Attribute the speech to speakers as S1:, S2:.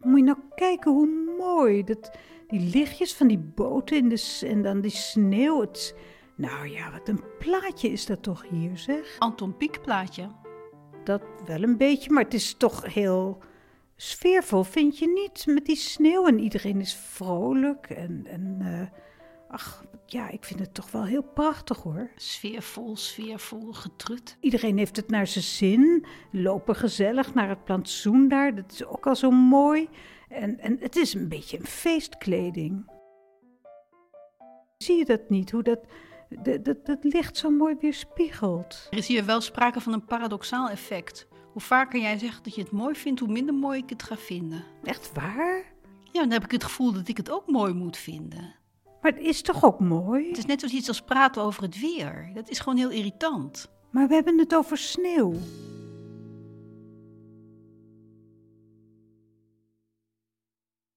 S1: Moet je nou kijken hoe mooi. Dat, die lichtjes van die boten in de, s- en dan die sneeuw. Het, nou ja, wat een plaatje is dat toch hier, zeg.
S2: Anton Pieck plaatje.
S1: Dat wel een beetje, maar het is toch heel sfeervol, vind je niet? Met die sneeuw en iedereen is vrolijk. En, en eh, ach, ja, ik vind het toch wel heel prachtig hoor.
S2: Sfeervol, sfeervol, getrut.
S1: Iedereen heeft het naar zijn zin. Lopen gezellig naar het plantsoen daar. Dat is ook al zo mooi. En, en het is een beetje een feestkleding. Zie je dat niet? Hoe dat, dat, dat, dat licht zo mooi weerspiegelt.
S2: Er is hier wel sprake van een paradoxaal effect. Hoe vaker jij zegt dat je het mooi vindt, hoe minder mooi ik het ga vinden.
S1: Echt waar?
S2: Ja, dan heb ik het gevoel dat ik het ook mooi moet vinden.
S1: Maar het is toch ook mooi?
S2: Het is net zoiets als praten over het weer. Dat is gewoon heel irritant.
S1: Maar we hebben het over sneeuw.